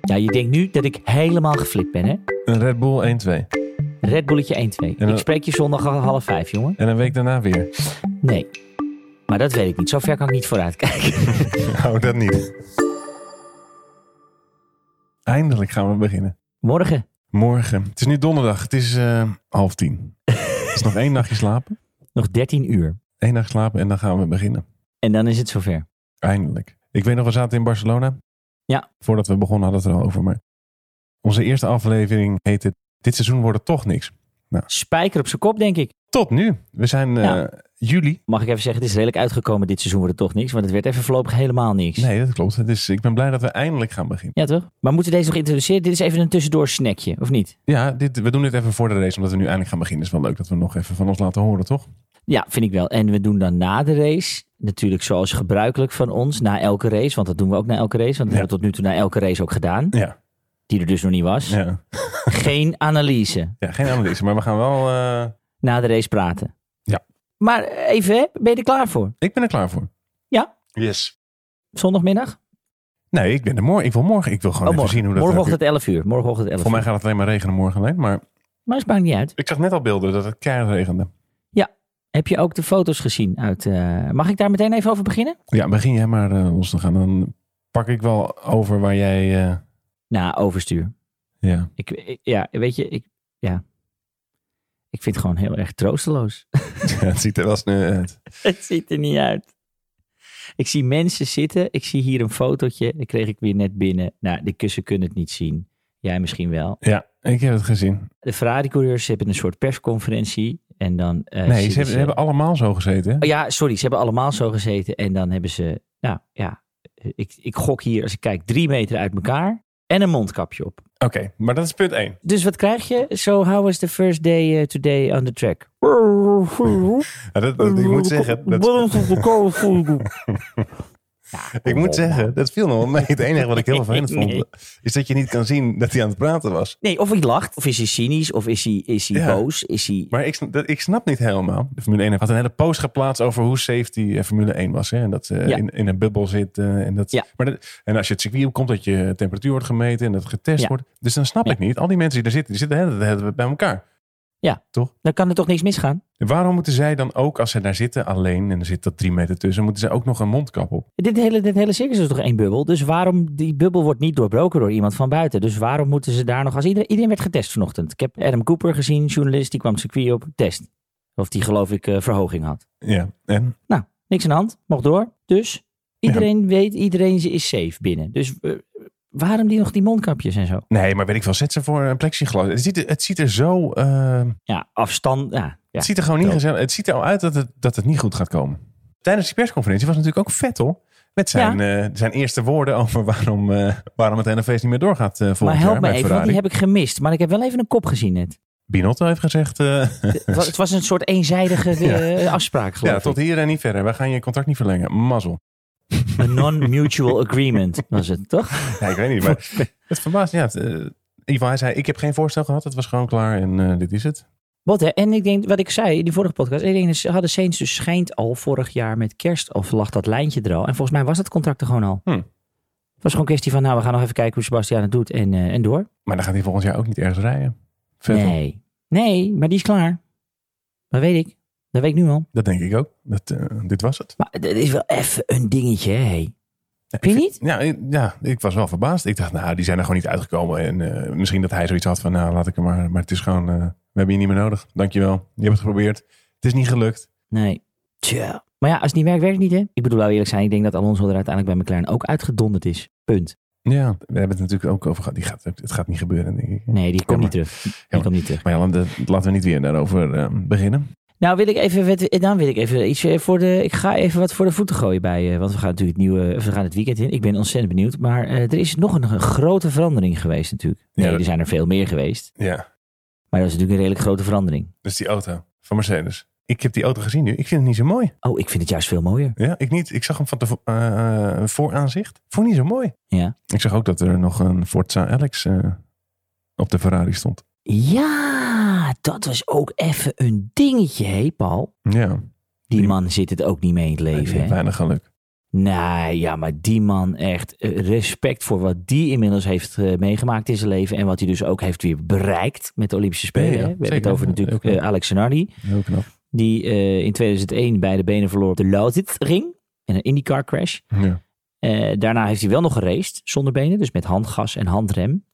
Ja, je denkt nu dat ik helemaal geflipt ben, hè? Een Red Bull 1-2. Red Bulletje 1-2. En dan- Ik spreek je zondag om half vijf, jongen. En een week daarna weer. Nee. Maar dat weet ik niet. Zover kan ik niet vooruit kijken. Nou, dat niet. Eindelijk gaan we beginnen. Morgen. Morgen. Het is nu donderdag. Het is eh, half tien. Het is nog één nachtje slapen. Nog 13 uur. Eén nacht slapen en dan gaan we beginnen. En dan is het zover. Eindelijk. Ik weet nog, we zaten in Barcelona. Ja. Voordat we begonnen hadden we het er al over. Maar onze eerste aflevering heette Dit seizoen wordt het toch niks. Spijker op zijn kop, denk ik. Tot nu. We zijn eh, Ja. juli. Mag ik even zeggen, het is redelijk uitgekomen dit seizoen wordt het toch niks. Want het werd even voorlopig helemaal niks. Nee, dat klopt. Het is, ik ben blij dat we eindelijk gaan beginnen. Ja, toch? Maar moeten we deze nog introduceren? Dit is even een tussendoor snackje, of niet? Ja, dit, we doen dit even voor de race, omdat we nu eindelijk gaan beginnen. Is wel leuk dat we nog even van ons laten horen, toch? Ja, vind ik wel. En we doen dan na de race, natuurlijk zoals gebruikelijk van ons, na elke race. Want dat doen we ook na elke race. Want dat Ja. hebben we tot nu toe na elke race ook gedaan. Ja. Die er dus nog niet was. Ja, Geen analyse. ja geen analyse, maar we gaan wel... eh, Na de race praten. Ja. Maar even, hè, ben je er klaar voor? Ik ben er klaar voor. Ja? Yes. Zondagmiddag? Nee, ik ben er morgen. Ik wil morgen. Ik wil gewoon Oh, even morgen. zien hoe dat werkt. Morgenochtend 11 uur. Morgenochtend 11 Voor uur. mij gaat het alleen maar regenen morgen alleen. Maar Maar het maakt niet uit. ik zag net al beelden dat het keihard regende. Heb je ook de foto's gezien uit... eh, Mag ik daar meteen even over beginnen? Ja, begin jij maar eh, los te gaan. Dan pak ik wel over waar jij... eh, Nou, overstuur. ja. Ik, ik- ja, weet je, ik, ja. ik vind het gewoon heel erg troosteloos. het ziet er wel sneu uit. Het ziet er niet uit. Ik zie mensen zitten. Ik zie hier een fotootje. Dat kreeg ik weer net binnen. Nou, de kussen kunnen het niet zien. Jij misschien wel. Ja, ik heb het gezien. De Ferrari-coureurs hebben een soort persconferentie. En dan. eh, nee, zitten ze hebben, hebben allemaal zo gezeten. hè? Oh ja, sorry. Ze hebben allemaal zo gezeten. En dan hebben ze. Nou ja, ik, ik gok hier als ik kijk drie meter uit elkaar. En een mondkapje op. Oké, maar dat is punt één. Dus wat krijg je? So, how was the first day eh, today on the track? Ja, dat, dat- ik moet zeggen... Dat, Ik moet zeggen, dat viel nog wel mee. Het enige wat ik heel vervelend vond, Nee. is dat je niet kan zien dat hij aan het praten was. Nee, of hij lacht, of is hij cynisch, of is hij, is hij Ja. boos, is hij... Maar ik, sn- dat- ik snap niet helemaal. De Formule 1 had een hele post geplaatst over hoe safety eh, Formule 1 was. Hè? En dat ze eh, Ja. in, in een bubbel zit. eh, en, dat, Ja. maar dat- en als je het circuit opkomt, dat je temperatuur wordt gemeten en dat getest Ja. wordt. Dus dan snap Ja. ik niet. Al die mensen die daar zitten, die zitten de hele tijd hebben we bij elkaar. Dan kan er toch niks misgaan? En waarom moeten zij dan ook, als ze daar zitten alleen, en er zit dat drie meter tussen, moeten zij ook nog een mondkap op? Dit hele, dit hele circus is toch één bubbel? Dus waarom, die bubbel wordt niet doorbroken door iemand van buiten. Dus waarom moeten ze daar nog... Als iedereen, iedereen werd getest vanochtend. Ik heb Adam Cooper gezien, journalist, die kwam het circuit op, test. Of die geloof ik eh, verhoging had. Ja, en? Nou, niks aan de hand, mocht door. Dus iedereen weet, iedereen is safe binnen. Dus eh, waarom die nog die mondkapjes en zo? Nee, maar weet ik wel, zet ze voor een plexiglas. Het ziet er, het ziet er zo... eh, Ja, afstand, ja. ja. Het ziet er gewoon niet Klopt. gezellig Het ziet er al uit dat het, dat het niet goed gaat komen. Tijdens die persconferentie was natuurlijk ook Vettel. Met zijn, eh, zijn eerste woorden over waarom, eh, waarom het NFS niet meer doorgaat eh volgend Maar jaar help me bij even, want Ferrari. die heb ik gemist. Maar ik heb wel even een kop gezien net. Binotto heeft gezegd, eh, Het was, het was een soort eenzijdige eh, afspraak, geloof ja, ik. tot hier en niet verder. Wij gaan je contract niet verlengen. Mazzel. Een non-mutual agreement was het, toch? Ja, ik weet niet, maar het verbaast. Ja, het, eh, in ieder geval, hij zei, ik heb geen voorstel gehad. Het was gewoon klaar en eh, dit is het. Wat, hè? En ik denk, wat ik zei in die vorige podcast. Ik denk, ze hadden Saints dus schijnt al vorig jaar met kerst. Of lag dat lijntje er al. En volgens mij was dat contract er gewoon al. Hmm. Het was gewoon een kwestie van, nou, we gaan nog even kijken hoe Sebastian het doet en, eh, en door. Maar dan gaat hij volgend jaar ook niet ergens rijden. Vettel, Nee. Nee, maar die is klaar. Dat weet ik. Dat weet ik nu al. dat denk ik ook. Dat, eh, dit was het. Maar het is wel even een dingetje, hè? Hey. Heb je niet? Ja, Nou, ik- ja, ik was wel verbaasd. Ik dacht, nou, die zijn er gewoon niet uitgekomen. En eh, misschien dat hij zoiets had van, nou, laat ik hem maar. Maar het is gewoon, eh, we hebben je niet meer nodig. Dankjewel. Je hebt het geprobeerd. Het is niet gelukt. Nee. Tja. Maar ja, als het niet werkt, werkt het niet, hè? Ik bedoel, laten we eerlijk zijn. Ik denk dat Alonso er uiteindelijk bij McLaren ook uitgedonderd is. Punt. Ja, we hebben het natuurlijk ook over gehad. Die gaat, het gaat niet gebeuren, denk ik. Nee, die komt Jammer. niet terug. Die Jammer. komt niet terug. Maar ja, laten we- laten we niet weer daarover eh, beginnen. Nou, wil ik even, wat- dan wil ik even iets eh, voor de. Ik ga even wat voor de voeten gooien bij. eh, Want we gaan natuurlijk het nieuwe. of We gaan het weekend in. Ik ben ontzettend benieuwd. Maar eh, er is nog een, een grote verandering geweest, natuurlijk. Ja, Nee, dat- er zijn er veel meer geweest. Ja, Maar dat is natuurlijk een redelijk grote verandering. dus die auto van Mercedes. Ik heb die auto gezien nu. Ik vind het niet zo mooi. Oh, ik vind het juist veel mooier. Ja, ik niet. Ik zag hem van tevoren eh, eh, vooraanzicht. Vond niet zo mooi. Ja. Ik zag ook dat er nog een Forza Alex eh, op de Ferrari stond. Ja, dat was ook even een dingetje, hé, Paul. Ja, Die Die- man zit het ook niet mee in het leven. hè? weinig geluk. Nee, ja, maar die man echt eh, respect voor wat die inmiddels heeft eh, meegemaakt in zijn leven. En wat hij dus ook heeft weer bereikt met de Olympische Spelen. Ja, ja, hè. We hebben het zeker. over natuurlijk Heel eh, knap. Alex Zanardi. Heel knap. Die eh, in 2001 beide benen verloor op de Lausitzring. In een IndyCar crash. Ja. Eh, daarna heeft hij wel nog geraced zonder benen. Dus met handgas en handrem.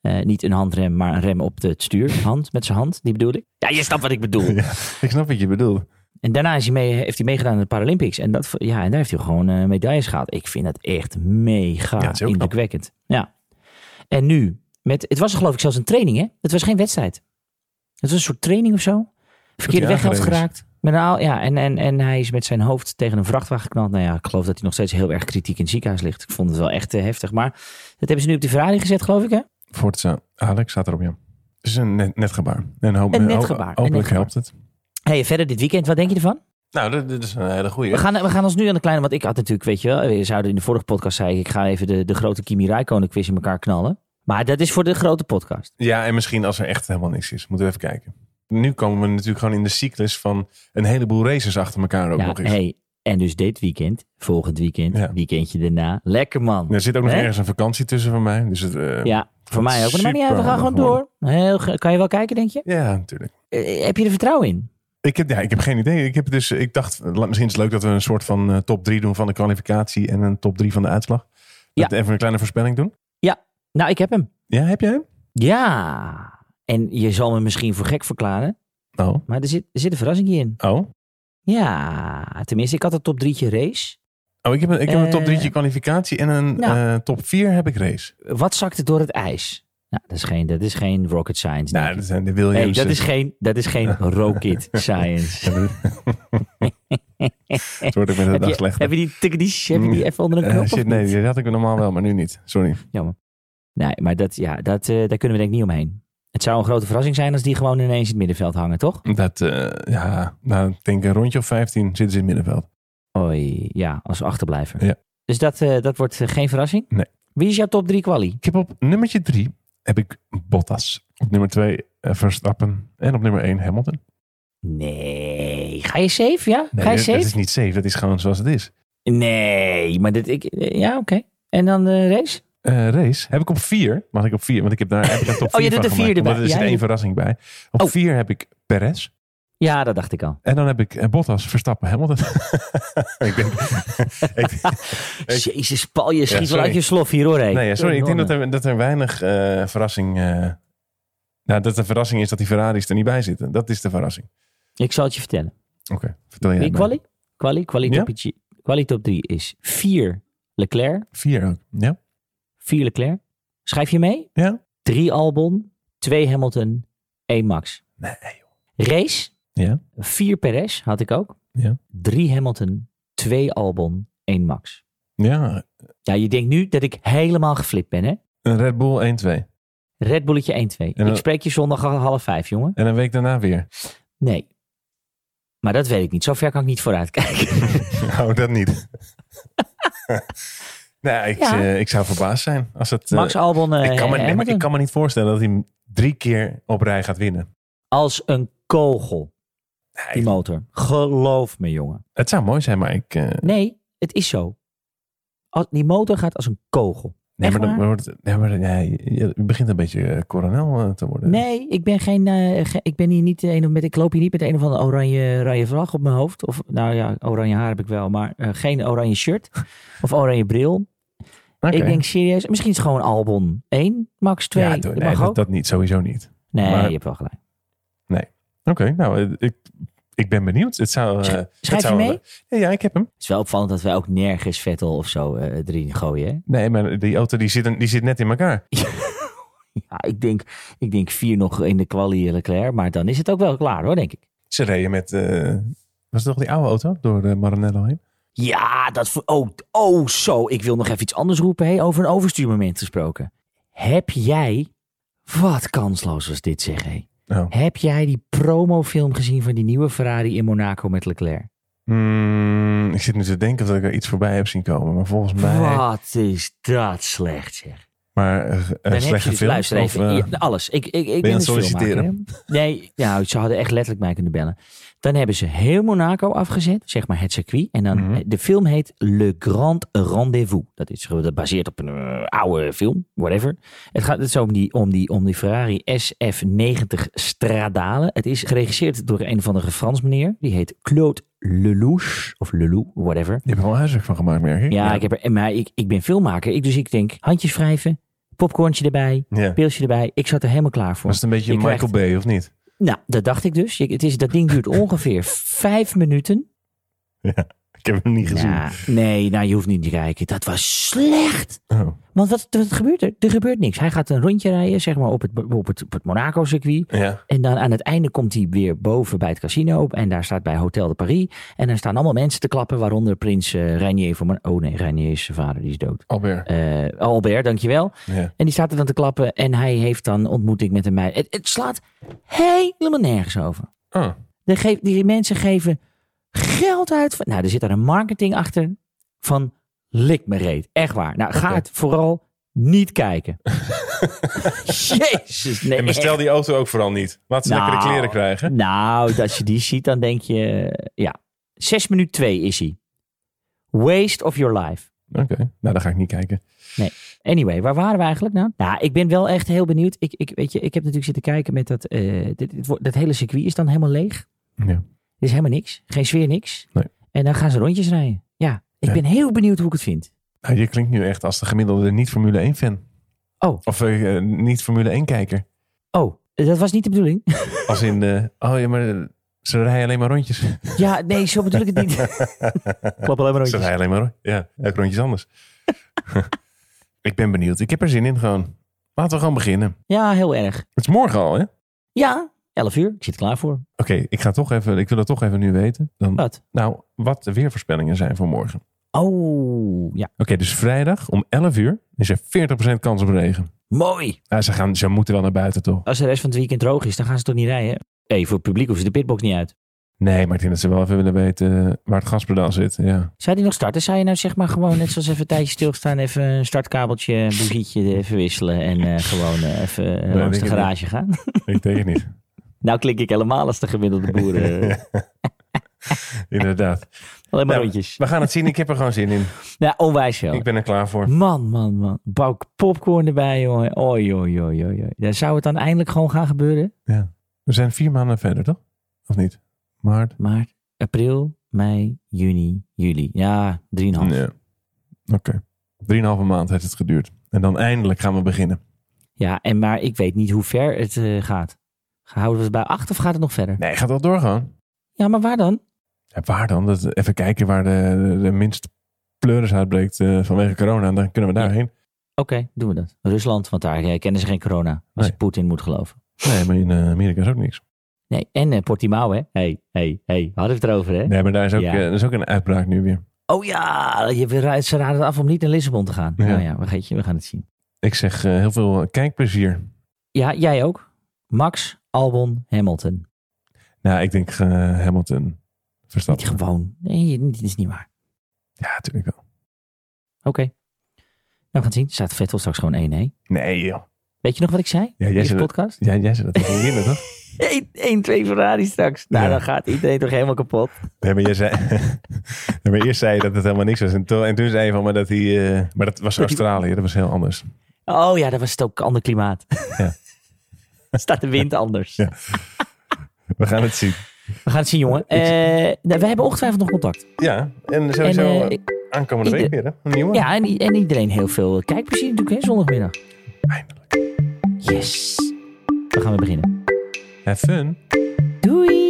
Eh, niet een handrem, maar een rem op het stuur. Hand, met zijn hand, die bedoel ik. Ja, je snapt wat ik bedoel. Ja, ik snap wat je bedoelt. En daarna is hij mee, heeft hij meegedaan aan de Paralympics. En, dat, ja, en daar heeft hij gewoon eh, medailles gehaald. Ik vind dat echt mega Ja, het is heel knap. indrukwekkend. Ja. En nu, met, het was geloof ik zelfs een training hè? Het was geen wedstrijd. Het was een soort training of zo. Verkeerde weg had aangereden is. geraakt. Met een, aal- ja, en, en, en hij is met zijn hoofd tegen een vrachtwagen geknald. Nou ja, ik geloof dat hij nog steeds heel erg kritiek in het ziekenhuis ligt. Ik vond het wel echt eh, heftig. Maar dat hebben ze nu op de Ferrari gezet, geloof ik hè? Forza. Alex staat erop, ja. Het is een net, net gebaar. En hoop, Een net ho- gebaar, een net Hopelijk gebaar. helpt het. Hey, verder dit weekend, wat denk je ervan? Nou, dit, dit is een hele We goede. gaan, we gaan ons nu aan de kleine, want ik had natuurlijk, weet je wel, we zouden in de vorige podcast zei ik, ik ga even de, de grote Kimi Räikkönen quiz in elkaar knallen. Maar dat is voor de grote podcast. Ja, en misschien als er echt helemaal niks is. Moeten we even kijken. Nu komen we natuurlijk gewoon in de cyclus van een heleboel races achter elkaar ook Ja, nog eens. hey, en dus dit weekend, volgend weekend, Ja. weekendje daarna. Lekker man. Ja, Er zit ook nog Hè? ergens een vakantie tussen van mij. Dus het, eh, ja. voor mij ook. Maar, maar ja, we gaan Super gewoon door. Heel, ge- kan je wel kijken, denk je? natuurlijk. Eh, heb je er vertrouwen in? Ik heb, ja, ik heb geen idee. Ik, heb dus, ik dacht, la- misschien is het leuk dat we een soort van eh, top 3 doen van de kwalificatie en een top 3 van de uitslag. Dat we even een kleine voorspelling doen. Nou, ik heb hem. Ja, heb jij hem? Ja. En je zal me misschien voor gek verklaren, Oh. maar er zit, er zit een verrassing in. Oh. Ja, tenminste, ik had een top drietje race. Oh, ik heb een, ik heb een top Eh, 3 kwalificatie en een nou. eh, top 4 heb ik race. Wat zakte door het ijs? Nou, dat is geen, dat is geen rocket science. denk Nou, ik. dat zijn de Nee, Williams. dat is geen, dat is geen rocket science. Het wordt ook met de heb, dag je, slechter. heb je die tikkies, heb je die Mm. even onder een Eh, knop shit, of nee, niet? die had ik normaal wel, maar nu niet. Sorry. Nee, maar dat, ja, dat, eh, daar kunnen we denk ik niet omheen. Het zou een grote verrassing zijn als die gewoon ineens in het middenveld hangen, toch? Dat, eh, ja, nou, ik denk een rondje of 15 zitten ze in het middenveld. Oei, ja, als achterblijver. Ja. Dus dat, eh, dat wordt eh, geen verrassing? Nee. Wie is jouw top 3 quali? Ik heb op nummertje 3 heb ik Bottas. Op nummer 2 Verstappen. En op nummer 1 Hamilton. Nee. Ga je safe, ja? Nee, Ga je dat, safe? dat is niet safe. Dat is gewoon zoals het is. Nee, maar dit, ik, eh, ja, oké. En dan de race? Eh, race heb ik op 4. Mag ik op 4? Want ik heb daar heb ik een top 4 Oh, je doet van de vierde gemaakt, want bij. Er zit Ja, één je- verrassing bij. Op Oh. 4 heb ik Perez. Ja, dat dacht ik al. En dan heb ik eh, Bottas, Verstappen, Hamilton. ik denk, ik, Ik- Jezus, Paul, je schiet wel sorry. uit je slof hier hoor. hé. nee, ja, sorry, ik denk dat Nonnen. er, dat er weinig eh, verrassing... eh, nou, dat de verrassing is dat die Ferraris er niet bij zitten. Dat is de verrassing. Ik zal het je vertellen. Oké, vertel jij. Wie het mij. quali? Quali, quali, Ja? top, quali top 3 is 4 Leclerc. Vier ook. Ja? 4 Leclerc. Schrijf je mee? Ja. 3 Albon, 2 Hamilton, 1 Max. Nee, Race? Ja. 4 Perez had ik ook. Ja. 3 Hamilton, 2 Albon, 1 Max. Ja, Ja, je denkt nu dat ik helemaal geflipt ben, hè? een Red Bull 1-2. Red Bulletje 1-2. dan- Ik spreek je zondag al half vijf, jongen. En een week daarna weer. Nee. Maar dat weet ik niet. Zover kan ik niet vooruitkijken. Oh, dat niet. nou, ik, Ja. eh, ik zou verbaasd zijn als het... eh, Max Albon, eh, ik, kan me, nee, maar Hamilton. ik kan me niet voorstellen dat hij hem drie keer op rij gaat winnen. als een kogel. Die Nee, motor. Geloof me, jongen. het zou mooi zijn, maar ik... eh, Nee, het is zo. Als, die motor gaat als een kogel. Nee, Echt maar dan waar? wordt het- nee, maar dan- ja, je, je begint een beetje eh, coronel eh, te worden. Nee, ik ben, geen, eh, ge- ik ben hier niet een, of- met, ik loop hier niet met een of andere oranje, oranje vlag op mijn hoofd. Of nou ja, oranje haar heb ik wel, maar eh, geen oranje shirt of oranje bril. Oké. Ik denk serieus, misschien is het gewoon Albon 1, Max 2. ja, dat doe- mag nee, dat, ook. dat niet, sowieso niet. nee, maar- je hebt wel gelijk. Oké, nou, eh, ik, ik ben benieuwd. Het zou, eh, het Schrijf je zou- mee? Ja, ja, ik heb hem. Het is wel opvallend dat wij ook nergens Vettel of zo eh, erin gooien. Hè? Nee, maar die auto die zit, een- die zit net in elkaar. Ja, ik denk, ik denk vier nog in de quali eh, Leclerc, maar dan is het ook wel klaar hoor, denk ik. Ze reden met, eh, was het toch die oude auto door de Maranello heen? Ja, dat voor. Oh, oh, zo. Ik wil nog even iets anders roepen. Hey, over een overstuurmoment gesproken. Heb jij. Wat kansloos was dit, zeg hé. Oh. Heb jij die promofilm gezien van die nieuwe Ferrari in Monaco met Leclerc? Hmm, ik zit nu te denken of ik er iets voorbij heb zien komen, maar volgens mij... Wat is dat slecht, zeg. Maar eh, eh, Dan heb slecht je dus, gefilmd? luister of, even, eh, ja, alles. Ik, ik, ik je ben aan dus het solliciteren? filmmaker, hè? Nee, nou, ze hadden echt letterlijk mij kunnen bellen. Dan hebben ze heel Monaco afgezet, zeg maar het circuit. En dan, Mhm. de film heet Le Grand Rendezvous. Dat is gebaseerd op een eh, oude film, whatever. Het gaat dus om die, om die, om die Ferrari SF90 Stradale. Het is geregisseerd door een van de Frans meneer. Die heet Claude Lelouch, of Lelou, whatever. je hebt er wel huiswerk van gemaakt, merk ik. Ja, Ik, heb er, maar ik, ik ben filmmaker, ik, dus ik denk handjes wrijven, popcornje erbij Ja. pilsje erbij. Ik zat er helemaal klaar voor. Was het een beetje Je Michael Bay, of niet? Nou, dat dacht ik dus. Je- het is, dat ding duurt ongeveer vijf minuten. Ik heb hem niet gezien. Ja, nee, nou, je hoeft niet te kijken. Dat was slecht. Oh, Want wat, wat gebeurt er? Er gebeurt niks. Hij gaat een rondje rijden, zeg maar, op het, op het, op het Monaco-circuit. ja. En dan aan het einde komt hij weer boven bij het casino. En daar staat bij Hotel de Paris. En daar staan allemaal mensen te klappen, waaronder prins eh Reinier van... Mon- Oh nee, Reinier is zijn vader, die is dood. Albert. Eh, Albert, dankjewel. Ja. En die staat er dan te klappen en hij heeft dan ontmoeting met een meid. Het, het slaat helemaal nergens over. Oh, De ge- die mensen geven geld uit. Van, nou, er zit daar een marketing achter van lik me reet. Echt waar. Nou, ga Oké. het vooral niet kijken. Jezus, nee. En bestel die auto ook vooral niet. Laat ze Nou. lekker de kleren krijgen. Nou, als je die ziet, dan denk je... Ja, 6 minuut 2 is hij. Waste of your life. Oké, nou, daar ga ik niet kijken. Anyway, waar waren we eigenlijk nou? Nou, ik ben wel echt heel benieuwd. Ik, ik, weet je, ik heb natuurlijk zitten kijken met dat... eh, dit, dit wordt- dat hele circuit is dan helemaal leeg. Ja. Er is helemaal niks. Geen sfeer, niks. Nee. En dan gaan ze rondjes rijden. Ja, ik Ja. ben heel benieuwd hoe ik het vind. Nou, je klinkt nu echt als de gemiddelde niet-Formule 1-fan. Oh. Of eh, niet-Formule 1-kijker. Oh, dat was niet de bedoeling. Als in, eh, oh ja, maar eh, ze rijden alleen maar rondjes. ja, nee, zo bedoel ik het niet. Klap alleen maar Ze rijden alleen maar rondjes. Ja, elk rondje is anders. ik ben benieuwd. Ik heb er zin in gewoon. Laten we gewoon beginnen. Ja, heel erg. Het is morgen al, hè? Oké, Ja, 11 uur. Ik zit er klaar voor. ik ga toch even, ik wil het toch even nu weten. Dan, Wat? nou, wat de weervoorspellingen zijn voor morgen. Oké, Oh, ja. dus vrijdag om 11 uur is er 40% kans op regen. Mooi. Nou, ze, gaan, ze moeten wel naar buiten, toch? Als de rest van het weekend droog is, dan gaan ze toch niet rijden? Hé, voor het publiek hoeven ze de pitbox niet uit. Nee, maar ik denk dat ze wel even willen weten eh, waar het gaspedaal zit. Ja. Zou die nog starten? Zou je nou zeg maar gewoon net zoals even een tijdje stilstaan, even een startkabeltje, een bougietje even wisselen en eh, gewoon eh, even eh, Nee, langs de denk ik garage gaan? ik denk het niet. Nou klink ik helemaal als de gemiddelde boer. eh. Inderdaad. alleen maar Nou, rondjes. We gaan het zien. Ik heb er gewoon zin in. Ja, Nou, onwijs veel. Ik ben er klaar voor. Man, man, man. Bouw popcorn erbij, jongen. Oi, oi, oi, oi, oi. Ja, zou het dan eindelijk gewoon gaan gebeuren? We zijn vier maanden verder, toch? Of niet? Maart? Maart, april, mei, juni, juli. Ja, drieënhalf. Nee. Oké. Drieënhalve maand heeft het geduurd. En dan eindelijk gaan we beginnen. Ja, en maar ik weet niet hoe ver het eh, gaat. Houden we het bij acht of gaat het nog verder? Nee, gaat wel door gewoon. Ja, maar waar dan? Ja, waar dan? Dat, even kijken waar de, de, de minst pleuris uitbreekt eh, vanwege corona. En dan kunnen we daarheen. Oké, doen we dat. Rusland, want daar eh, kennen ze geen corona. Als Nee. je Poetin moet geloven. Nee, maar in eh, Amerika is ook niks. Nee, en eh, Portimao, hè? hey, hey, hey. Hadden we het erover, hè? Nee, maar daar is ook, Ja. eh, er is ook een uitbraak nu weer. Oh ja, je, ra- ze raden het af om niet naar Lissabon te gaan. Ja. Nou ja, vergeet je, we gaan het zien. Ik zeg eh, heel veel kijkplezier. Ja, jij ook. Max, Albon, Hamilton. Nou, ik denk eh, Hamilton. Niet Verstappen. gewoon. Nee, dit is niet waar. Ja, natuurlijk wel. Oké. Nou, we gaan het zien. Staat Vettel straks gewoon 1-1. Nee, joh. Weet je nog wat ik zei? jij in deze zei dat- podcast? Ja, jij zei dat tegen Jelle, toch? 1-2 Ferrari straks. Nou, Ja. dan gaat iedereen toch helemaal kapot. Nee, maar, jij zei, nee, maar eerst zei je dat het helemaal niks was. En, toen- en toen zei je van, maar dat hij... eh, maar dat was Australië, dat was heel anders. Oh ja, dat was het ook ander klimaat. Ja. Staat de wind anders. Ja. We gaan het zien. We gaan het zien, jongen. Eh nou, we hebben ongetwijfeld nog contact. Ja, en sowieso en, eh, aankomende week weer, hè? Een nieuwe. ja, en, i- en iedereen heel veel kijkplezier natuurlijk, hè, zondagmiddag. Eindelijk. Yes. Dan gaan we beginnen. Have fun. Doei!